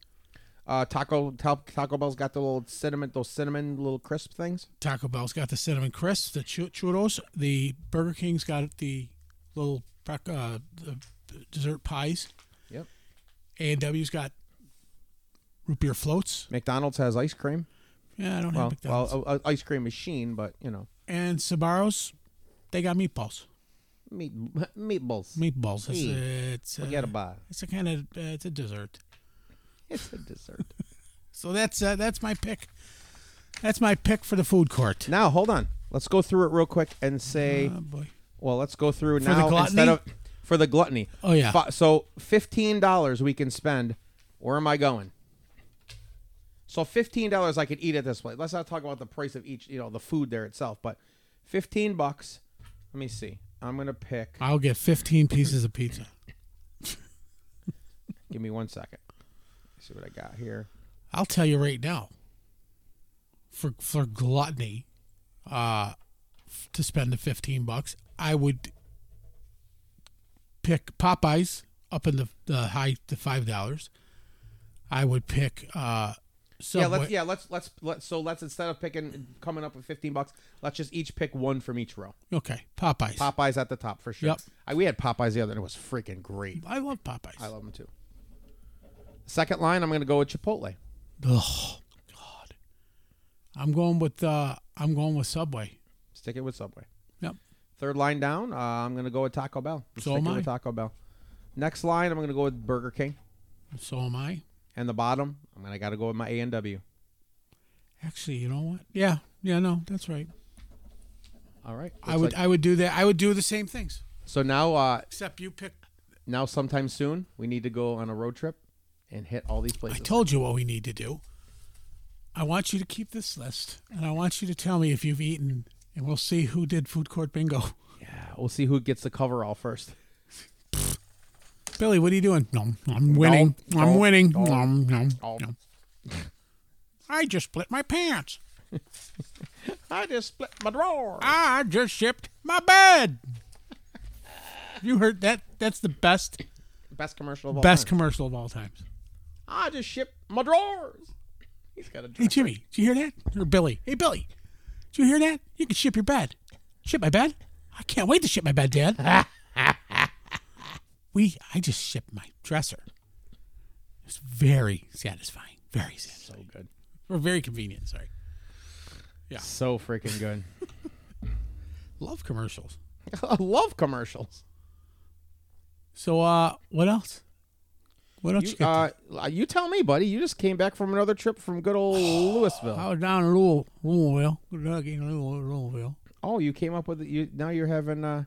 S1: uh, Taco Taco Bell's got the little cinnamon, those cinnamon little crisp things.
S2: Taco Bell's got the cinnamon crisps, the chu- churros, the Burger King's got the little prac- uh, the dessert pies,
S1: Yep.
S2: A and W's got root beer floats.
S1: McDonald's has ice cream.
S2: Yeah, I don't have
S1: Well,
S2: McDonald's.
S1: well, a, a ice cream machine, but you know,
S2: and Sabaros, they got meatballs.
S1: meat meatballs.
S2: Meatballs. It's,
S1: Hey,
S2: uh, it's, uh,
S1: Forget about it.
S2: it's a kind of uh, it's a dessert.
S1: It's a dessert.
S2: So that's uh, that's my pick. That's my pick for the food court.
S1: now hold on. Let's go through it real quick and say.
S2: Oh, boy.
S1: well, let's go through
S2: the
S1: now instead
S2: gluttony?
S1: of for the gluttony.
S2: Oh, yeah.
S1: Fi- so fifteen dollars we can spend. Where am I going? So fifteen dollars I could eat at this place. Let's not talk about the price of each, you know, the food there itself, but fifteen bucks. Let me see. I'm gonna pick.
S2: I'll get 15 pieces of pizza.
S1: Give me one second. See what I got here.
S2: I'll tell you right now. For for gluttony, uh, f- to spend the 15 bucks, I would pick Popeyes up in the the high to five dollars. I would pick uh, Subway.
S1: Yeah, let's yeah, let's let's let so let's instead of picking coming up with fifteen bucks, let's just each pick one from each row.
S2: Okay, Popeyes.
S1: Popeyes at the top for sure.
S2: Yep.
S1: I, we had Popeyes the other, and it was freaking great.
S2: I love Popeyes.
S1: I love them too. Second line, I'm gonna go with Chipotle.
S2: Oh God, I'm going with uh, I'm going with Subway.
S1: Stick it with Subway.
S2: Yep.
S1: Third line down, uh, I'm gonna go with Taco Bell.
S2: So
S1: Stick
S2: am
S1: it with
S2: I.
S1: Taco Bell. Next line, I'm gonna go with Burger King.
S2: So am I.
S1: And the bottom, I'm gonna gotta go with my A and W.
S2: Actually, you know what? Yeah, yeah, no, that's right.
S1: All right.
S2: I
S1: Looks
S2: would
S1: like-
S2: I would do that. I would do the same things
S1: so now, uh,
S2: except you pick.
S1: now sometime soon, we need to go on a road trip and hit all these
S2: I
S1: places.
S2: told you what we need to do. I want you to keep this list, and I want you to tell me if you've eaten, and we'll see who did food court bingo.
S1: yeah, we'll see who gets the coverall first.
S2: Billy, what are you doing? No, I'm winning. I'm
S1: no,
S2: winning.
S1: no,
S2: No, no,
S1: no.
S2: no. I just split my pants.
S1: I just split my drawer.
S2: I just shipped my bed. You heard that? That's the best,
S1: Best commercial of all
S2: best
S1: time.
S2: commercial of all times.
S1: I just shipped my drawers. He's got a
S2: Hey
S1: drawer.
S2: Jimmy, did you hear that? Or Billy? Hey Billy, did you hear that? You can ship your bed. Ship my bed? I can't wait to ship my bed, Dad. we, I just shipped my dresser. It's very satisfying. Very satisfying.
S1: So good.
S2: Or very convenient. Sorry.
S1: So freaking good.
S2: Love commercials.
S1: I love commercials.
S2: So uh, what else? What else you,
S1: You,
S2: got?
S1: uh, you tell me, buddy. You just came back from another trip from good old
S4: uh,
S1: Louisville.
S2: I was down in Louis- Louisville, Kentucky, Louis- Louisville.
S1: Oh, you came up with it. You now you're having. Uh,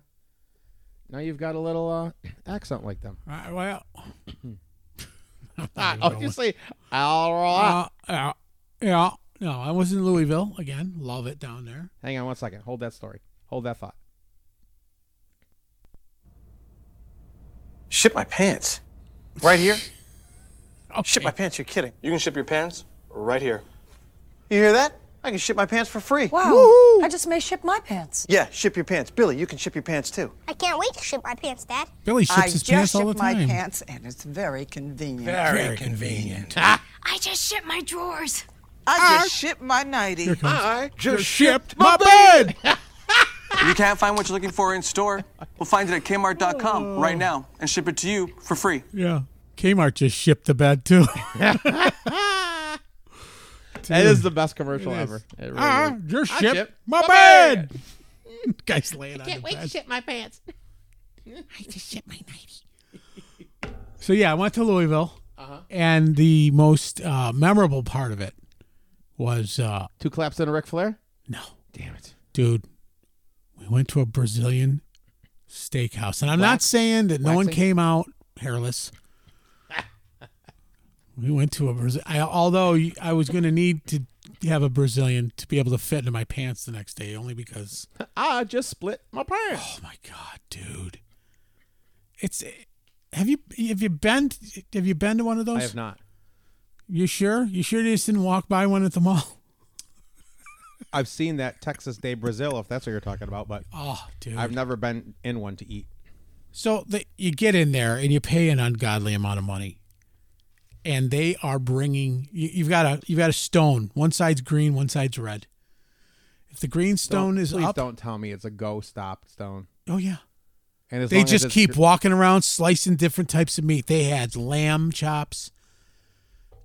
S1: now you've got a little uh, accent like them.
S2: All right, well, I'm not
S1: Ah,
S2: even
S1: oh,
S2: going
S1: you
S2: with-
S1: say all right.
S2: uh, yeah, yeah. No, I was in Louisville again. Love it down there.
S1: Hang on one second. Hold that story. Hold that thought.
S4: Shit my pants. Right here?
S2: Okay.
S4: Oh, Shit my pants, you're kidding.
S5: You can ship your pants right here.
S4: You hear that? I can ship my pants for free.
S6: Wow. I just may ship my pants.
S4: Yeah, ship your pants. Billy, you can ship your pants too.
S7: I can't wait to ship my pants, Dad.
S2: Billy ships
S8: I
S2: his
S8: just
S2: pants all the
S8: ship my
S2: time.
S8: pants, and it's very convenient.
S2: Very convenient.
S9: I just ship my drawers.
S2: Ah.
S8: I just ship my nightie.
S4: I just
S2: Shipped my bed.
S5: If you can't find what you're looking for in store, we'll find it at Kmart.com right now and ship it to you for free.
S2: Yeah, Kmart just shipped the bed too.
S1: That is the best commercial
S2: It is.
S1: ever. It really is.
S2: Ah, just shipped
S1: shipped
S2: my, bed. Guys laying on the bed.
S1: shit my pants.
S2: I just shit my nightie. so yeah, I went to Louisville, and the most uh, memorable part of it was uh,
S1: Two claps and a Ric Flair.
S2: no,
S1: Damn it.
S2: dude, we went to a Brazilian steakhouse, and I'm not saying that no one
S1: waxing?
S2: came out hairless. we went to a Brazil. I, although I was going to need to have a Brazilian to be able to fit into my pants the next day, only because
S1: I just split my
S2: Oh
S1: pants.
S2: my god, dude! It's have you have you been have you been to one of those?
S1: I have not.
S2: You sure? You sure you just didn't walk by one at the mall?
S1: I've seen that Texas Day Brazil, if that's what you're talking about, but
S2: Oh, dude!
S1: I've never been in one to eat.
S2: so the, you get in there and you pay an ungodly amount of money, and they are bringing you, you've got a you've got a stone. One side's green, one side's red. If the green stone
S1: Don't-
S2: is
S1: please
S2: up,
S1: don't tell me it's a go stop stone.
S2: oh yeah.
S1: And as
S2: They
S1: long as
S2: just
S1: it's
S2: keep
S1: gr-
S2: walking around slicing different types of meat. They had lamb chops.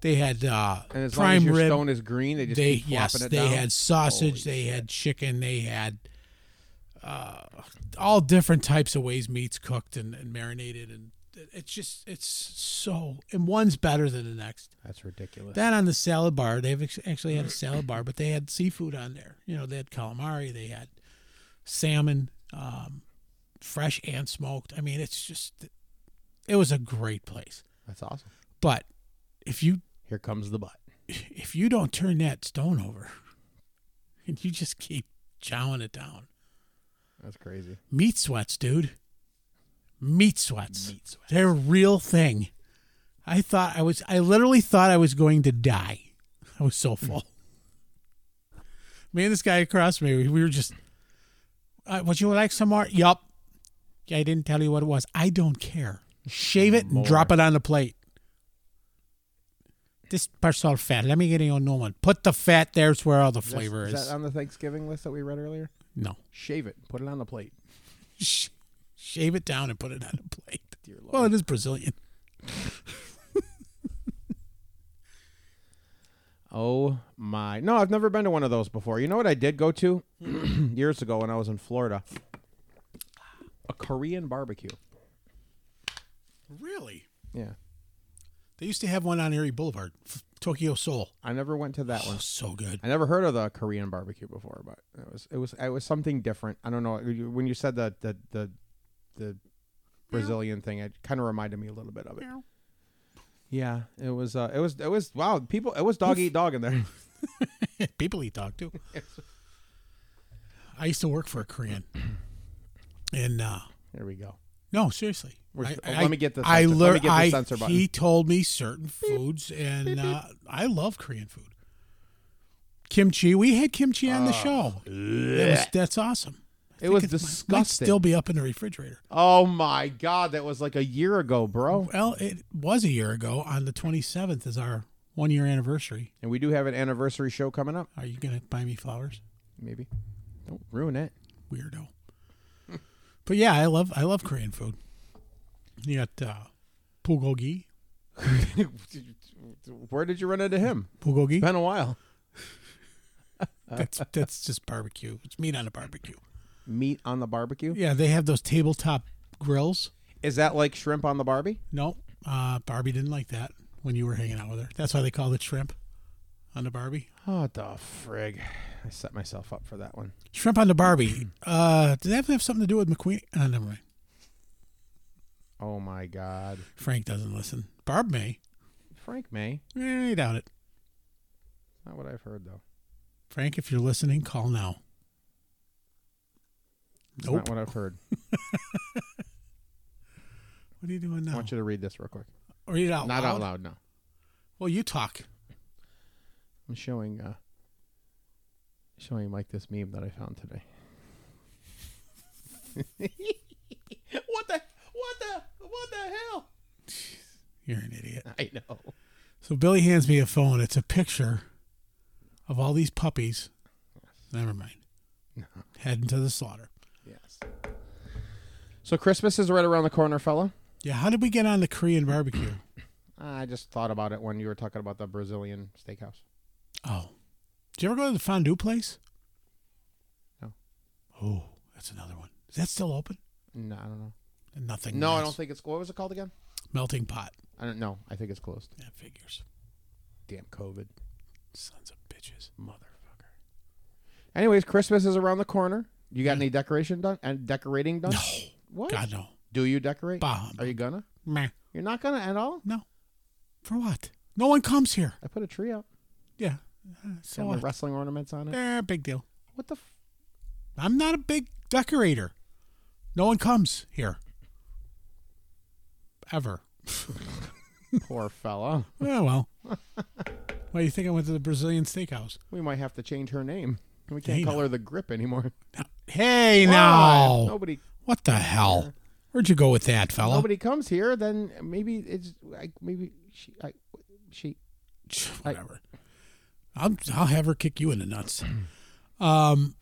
S2: They had uh,
S1: and as long
S2: prime
S1: as your
S2: rib.
S1: stone is green, they just
S2: they
S1: keep
S2: yes,
S1: flopping it
S2: they
S1: down.
S2: had sausage, they had chicken, they had uh, all different types of ways meats cooked and, and marinated, and it- it's just it's so and one's better than the next.
S1: That's ridiculous.
S2: Then on the salad bar, they've ex- actually had a salad bar, but they had seafood on there. You know, they had calamari, they had salmon, um, fresh and smoked. I mean, it's just it was a great place.
S1: That's awesome.
S2: But if you
S1: Here comes the butt.
S2: if you don't turn that stone over and you just keep chowing it down,
S1: That's crazy.
S2: meat sweats, dude. Meat sweats. Meat sweats. They're a real thing. I thought I was, I literally thought I was going to die. I was so full. me and this guy across from me, we were just, uh, would you like some more? Yup. Yeah, I didn't tell you what it was. I don't care. Shave it and drop it on the plate. This part's all fat. Let me get you on no one. Put the fat there's where all the
S1: That's-
S2: flavor
S1: is
S2: is.
S1: that um, on the Thanksgiving list that we read earlier?
S2: no.
S1: Shave it, put it on the plate.
S2: sh- shave it down and put it on a plate. well, it is Brazilian.
S1: Oh my! No, I've never been to one of those before. You know what I did go to
S2: Hmm.
S1: years ago when I was in Florida? A Korean barbecue.
S2: Really?
S1: Yeah,
S2: They used to have one on Erie Boulevard, F- Tokyo Seoul.
S1: I never went to that one.
S2: Oh, so good.
S1: I never heard of the Korean barbecue before, but it was it was it was something different. I don't know when you said the the the, the Brazilian thing, it kind of reminded me a little bit of it. Yeah, it was uh, it was it was wow. People, it was dog eat dog in there.
S2: People eat dog too. I used to work for a Korean, and uh,
S1: There we go.
S2: no, seriously.
S1: We're-
S2: I-
S1: let
S2: I-
S1: me get the
S2: I
S1: censor- let me
S2: lear-
S1: get the
S2: I-
S1: censor button.
S2: He told me certain foods, and uh, I love Korean food. Kimchi. We had kimchi on
S1: Ah.
S2: the show. That was- that's awesome.
S1: It was
S2: It
S1: disgusting.
S2: Might still be up in the refrigerator.
S1: oh my god, that was like a year ago, bro.
S2: Well, it was a year ago. On the 27th is our one year anniversary.
S1: And we do have an anniversary show coming up.
S2: Are you going to buy me flowers?
S1: Maybe don't ruin it.
S2: Weirdo. but yeah, I love I love Korean food. You got uh, bulgogi.
S1: Where did you run into him?
S2: Bulgogi?
S1: Been a while.
S2: That's that's just barbecue. It's meat on a barbecue.
S1: Meat on the barbecue.
S2: Yeah, they have those tabletop grills.
S1: Is that like shrimp on the Barbie?
S2: No, uh, Barbie didn't like that when you were hanging out with her. That's why they called it shrimp on the Barbie.
S1: Oh, the frig. I set myself up for that one.
S2: Shrimp on the Barbie. Uh, did that have to have something to do with McQueen? Uh, never mind.
S1: Oh, my God.
S2: Frank doesn't listen. Barb may.
S1: Frank May.
S2: Eh, I doubt it.
S1: Not what I've heard, though.
S2: Frank, if you're listening, call now.
S1: It's
S2: Nope.
S1: not what I've heard.
S2: What are you doing
S1: I
S2: now?
S1: want you to read this real quick.
S2: Or you out
S1: not
S2: loud?
S1: out loud, no.
S2: Well, you talk.
S1: I'm showing uh showing Mike this meme that I found today. what the what the what the hell?
S2: You're an idiot.
S1: I know.
S2: So Billy hands me a phone. It's a picture of all these puppies. Never mind. Heading to the slaughter.
S1: Yes. So Christmas is right around the corner, fella.
S2: Yeah, how did we get on the Korean barbecue?
S1: I just thought about it when you were talking about the Brazilian steakhouse.
S2: Oh. Did you ever go to the fondue place?
S1: No.
S2: Oh, that's another one. Is that still open?
S1: No, I don't know.
S2: Nothing.
S1: No, I
S2: nice.
S1: don't think it's what was it called again?
S2: Melting pot.
S1: I don't know. I think it's closed.
S2: That figures.
S1: Damn COVID.
S2: Sons of bitches. Motherfucker.
S1: Anyways, Christmas is around the corner. You got any decoration done and decorating done? No. What?
S2: Mm. God, no.
S1: Do you decorate?
S2: Bah.
S1: Are you gonna?
S2: Meh.
S1: You're not gonna at all?
S2: No. For what? No one comes here.
S1: I put a tree up.
S2: Yeah. Uh, so
S1: Got my
S2: what?
S1: wrestling ornaments on it.
S2: Eh, big deal.
S1: What the? F-
S2: I'm not a big decorator. No one comes here. Ever.
S1: poor fella.
S2: Oh, well. Why do you think I went to the Brazilian steakhouse?
S1: We might have to change her name. We can't
S2: Hey,
S1: call
S2: now.
S1: her the grip anymore.
S2: Hey,
S1: Ah,
S2: now.
S1: if nobody
S2: What the hell? Where'd you go with that, fella?
S1: nobody comes here. Then maybe it's like maybe she I, she
S2: Whatever. I'll I'll have her kick you in the nuts. Um,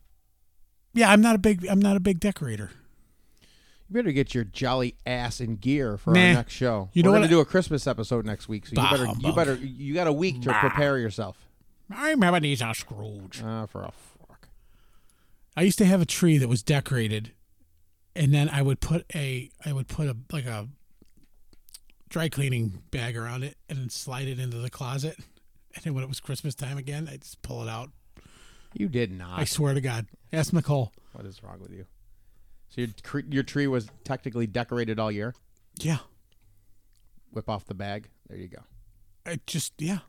S2: yeah, I'm not a big I'm not a big decorator.
S1: You better get your jolly ass in gear for
S2: Nah.
S1: our next show.
S2: You know
S1: We're
S2: what
S1: gonna
S2: I-
S1: do a Christmas episode next week, so
S2: Bah,
S1: you better you
S2: humbug.
S1: better you got a week to prepare yourself.
S2: I remember these are Scrooge.
S1: Ah, for a fuck.
S2: I used to have a tree that was decorated, and then I would put a I would put a like a dry cleaning bag around it, and then slide it into the closet. And then when it was Christmas time again, I would just pull it out.
S1: You did
S2: I
S1: not.
S2: swear to God. Ask Nicole.
S1: What is wrong with you? So your cre- your tree was technically decorated all year.
S2: Yeah,
S1: Whip off the bag. There you go.
S2: I just yeah.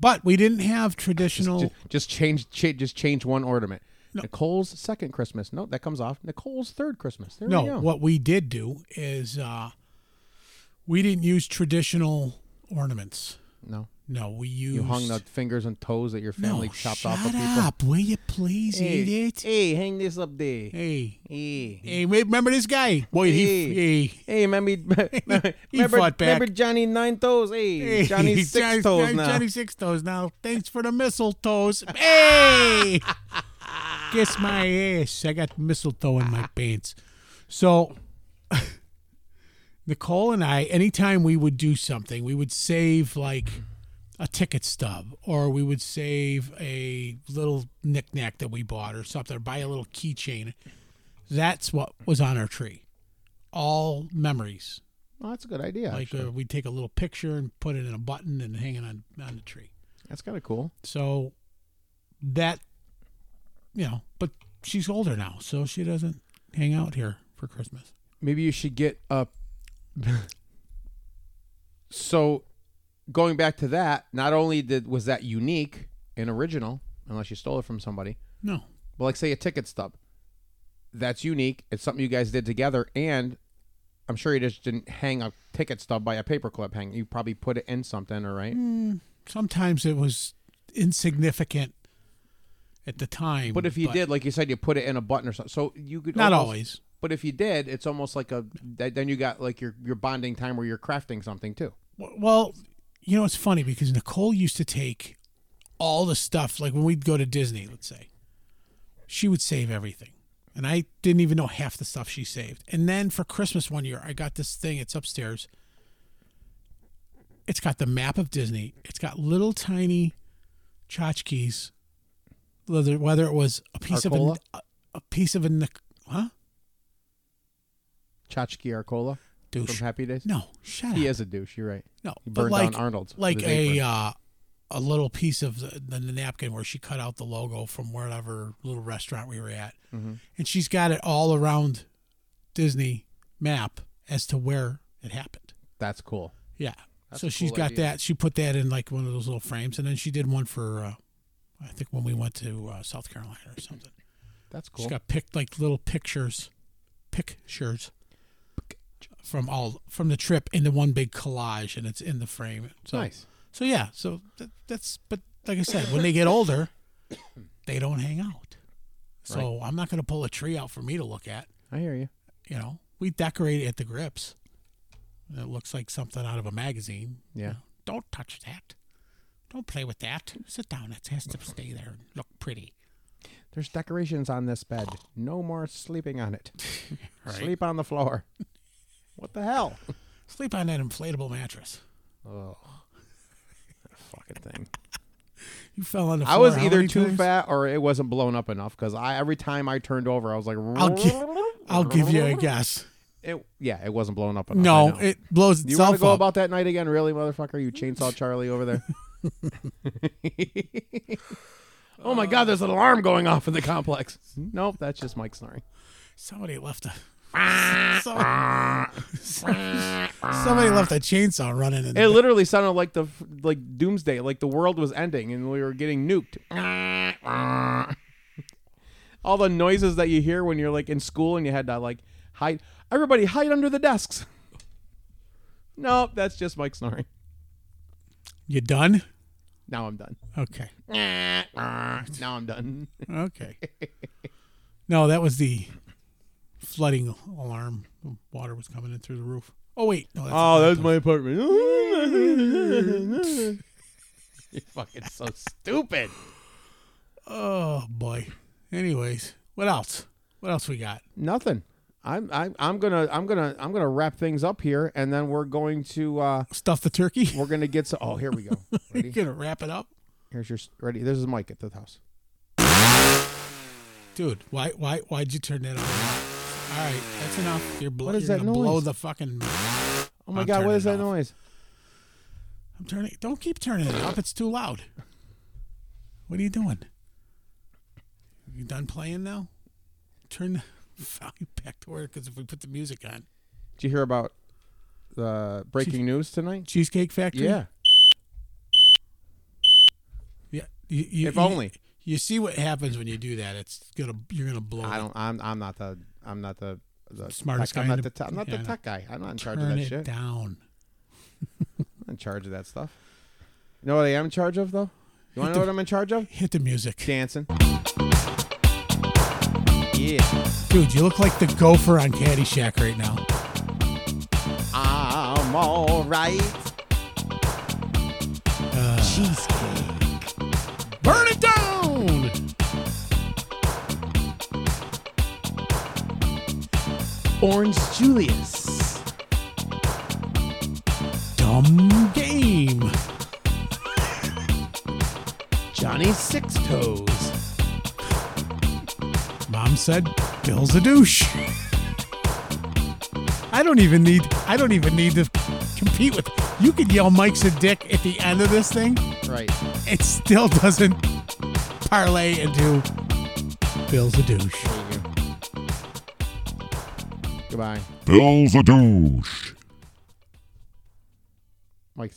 S2: But we didn't have traditional.
S1: Ju- just change, cha- just change one ornament. Nicole's second Christmas. No, that comes off. Nicole's third Christmas. There you
S2: No,
S1: go.
S2: what we did do is uh, we didn't use traditional ornaments.
S1: no,
S2: No, we used
S1: you hung the fingers and toes that your family
S2: no,
S1: chopped
S2: shut
S1: off of people.
S2: up! Will you please
S1: Hey,
S2: eat it?
S1: hey, hang this up there. Hey,
S2: Hey,
S1: hey, hey,
S2: hey, wait, remember this guy? Wait, he, hey,
S1: remember, remember, remember,
S2: fought back.
S1: Johnny nine toes. Hey, Johnny six
S2: Johnny-
S1: toes
S2: Johnny-
S1: now.
S2: Johnny six toes now. Thanks for the mistletoes. Hey, kiss my ass. I got mistletoe in my pants. So, Nicole and I, anytime we would do something, we would save like a ticket stub, or we would save a little knickknack that we bought, or something, or buy a little keychain. That's what was on our tree. All memories.
S1: Oh, that's a good idea.
S2: Like
S1: actually.
S2: uh, we take a little picture and put it in a button and hang it on on the tree.
S1: that's kind of cool.
S2: So that you know, but she's older now, so she doesn't hang out here for Christmas.
S1: Maybe you should get a. so, going back to that, not only did was that unique and original, unless you stole it from somebody,
S2: No.
S1: but like say a ticket stub, that's unique. It's something you guys did together, and I'm sure you just didn't hang a ticket stub by a paperclip hang. You probably put it in something, all right?
S2: Mm. Sometimes it was insignificant at the time.
S1: But if you did, like you said, you put it in a button or something. So you could
S2: not
S1: almost-
S2: always.
S1: But if you did, it's almost like a th- then you got like your your bonding time where you're crafting something too.
S2: W- Well, you know, it's funny because Nicole used to take all the stuff, like when we'd go to Disney, let's say, she would save everything. And I didn't even know half the stuff she saved. And then for Christmas one year, I got this thing, it's upstairs. It's got the map of Disney, it's got little tiny tchotchkes, whether, whether it was a piece
S1: Arcola?
S2: of a, a piece of a, nic- huh?
S1: Tchotchke Arcola.
S2: douche.
S1: from Happy Days?
S2: No, shut up.
S1: He is a douche. You're right.
S2: No,
S1: He
S2: but
S1: burned
S2: like,
S1: down Arnold's. with
S2: Like
S1: his
S2: a
S1: apron.
S2: uh, a little piece of the, the, napkin where she cut out the logo from whatever little restaurant we were at,
S1: Mm-hmm.
S2: and she's got it all around Disney map as to where it happened.
S1: That's cool.
S2: Yeah. so
S1: a
S2: she's
S1: cool
S2: got
S1: idea.
S2: that. She put that in like one of those little frames, and then she did one for, uh, I think when we went to uh, South Carolina or something.
S1: That's
S2: She's
S1: cool.
S2: got picked like little pictures, pictures from all from the trip into one big collage, and it's in the frame. So,
S1: Nice.
S2: So yeah. So that, that's but like I said, when they get older, they don't hang out. So I'm not going to pull a tree out for me to look at.
S1: I hear you.
S2: You know, we decorate it at the grips. And It looks like something out of a magazine.
S1: Yeah.
S2: Don't touch that. Don't play with that. Sit down. It has to stay there and look pretty.
S1: There's decorations on this bed. No more sleeping on it. Sleep on the floor. What the hell?
S2: Sleep on that inflatable mattress.
S1: Oh, that fucking thing.
S2: You fell on the
S1: I
S2: floor.
S1: was
S2: how
S1: either
S2: many
S1: too
S2: times?
S1: fat or it wasn't blown up enough because I every time I turned over, I was like,
S2: I'll, gi- I'll give you a guess.
S1: it, yeah, it wasn't blown up enough. I
S2: No,
S1: know.
S2: it blows
S1: you want
S2: itself
S1: to go
S2: up.
S1: about that night again, really, motherfucker? You chainsaw Charlie over there. oh my God! There's an alarm going off in the complex. Nope, that's just Mike snoring.
S2: somebody left a. somebody, somebody left a chainsaw running in
S1: It
S2: the
S1: literally sounded like the f- like doomsday, like the world was ending and we were getting nuked. All the noises that you hear when you're like in school and you had to like hide. Everybody hide under the desks. No, that's just Mike snoring.
S2: You done?
S1: Now I'm done.
S2: Okay.
S1: Now I'm done.
S2: Okay. No, that was the flooding alarm. Water was coming in through the roof. Oh wait. No, that's
S1: Oh, that's my apartment. You're fucking so stupid.
S2: Oh boy. Anyways, what else? What else we got?
S1: Nothing. I'm I'm I'm gonna I'm gonna I'm gonna wrap things up here, and then we're going to uh
S2: Stuff the turkey.
S1: we're gonna get some. Oh, here we go.
S2: We're
S1: Ready?
S2: gonna wrap it up,
S1: Here's your ready. This is Mike at the house.
S2: dude. Why? Why? Why'd you turn that on? All right, that's enough. You're, blo-
S1: What is
S2: you're
S1: that
S2: gonna blow
S1: noise?
S2: the fucking.
S1: Oh my
S2: I'm
S1: god, what
S2: turning
S1: is
S2: it
S1: that
S2: off.
S1: noise?
S2: I'm turning. Don't keep turning it up. It's too loud. What are you doing? You done playing now? Turn the volume back to where because if we put the music on,
S1: Did you hear about the breaking news tonight?
S2: Cheesecake Factory.
S1: Yeah.
S2: Yeah. You, you,
S1: If
S2: you-
S1: only.
S2: You see what happens when you do that. It's gonna. You're gonna blow.
S1: I
S2: it.
S1: don't. I'm. I'm not the. I'm not the. the
S2: Smartest
S1: tech- I'm
S2: guy
S1: not
S2: in
S1: the.
S2: the-
S1: Te- I'm not
S2: yeah, I
S1: the
S2: know.
S1: tech guy. I'm not in charge of
S2: Turn
S1: that
S2: it
S1: shit.
S2: down.
S1: I'm in charge of that stuff. You know what I am in charge of though? You want to know what I'm in charge of?
S2: Hit the music,
S1: Dancing. Yeah.
S2: dude. You look like the gopher on Caddyshack right now.
S1: I'm all right.
S2: Burn it down.
S1: Orange Julius.
S2: Dumb game.
S1: Johnny Six Toes.
S2: Mom said, "Bill's a douche." I don't even need. I don't even need to compete with. You could yell Mike's a dick at the end of this thing.
S1: Right.
S2: It still doesn't parlay into Bill's a douche.
S1: Goodbye.
S3: Bill's a douche.
S1: Mike's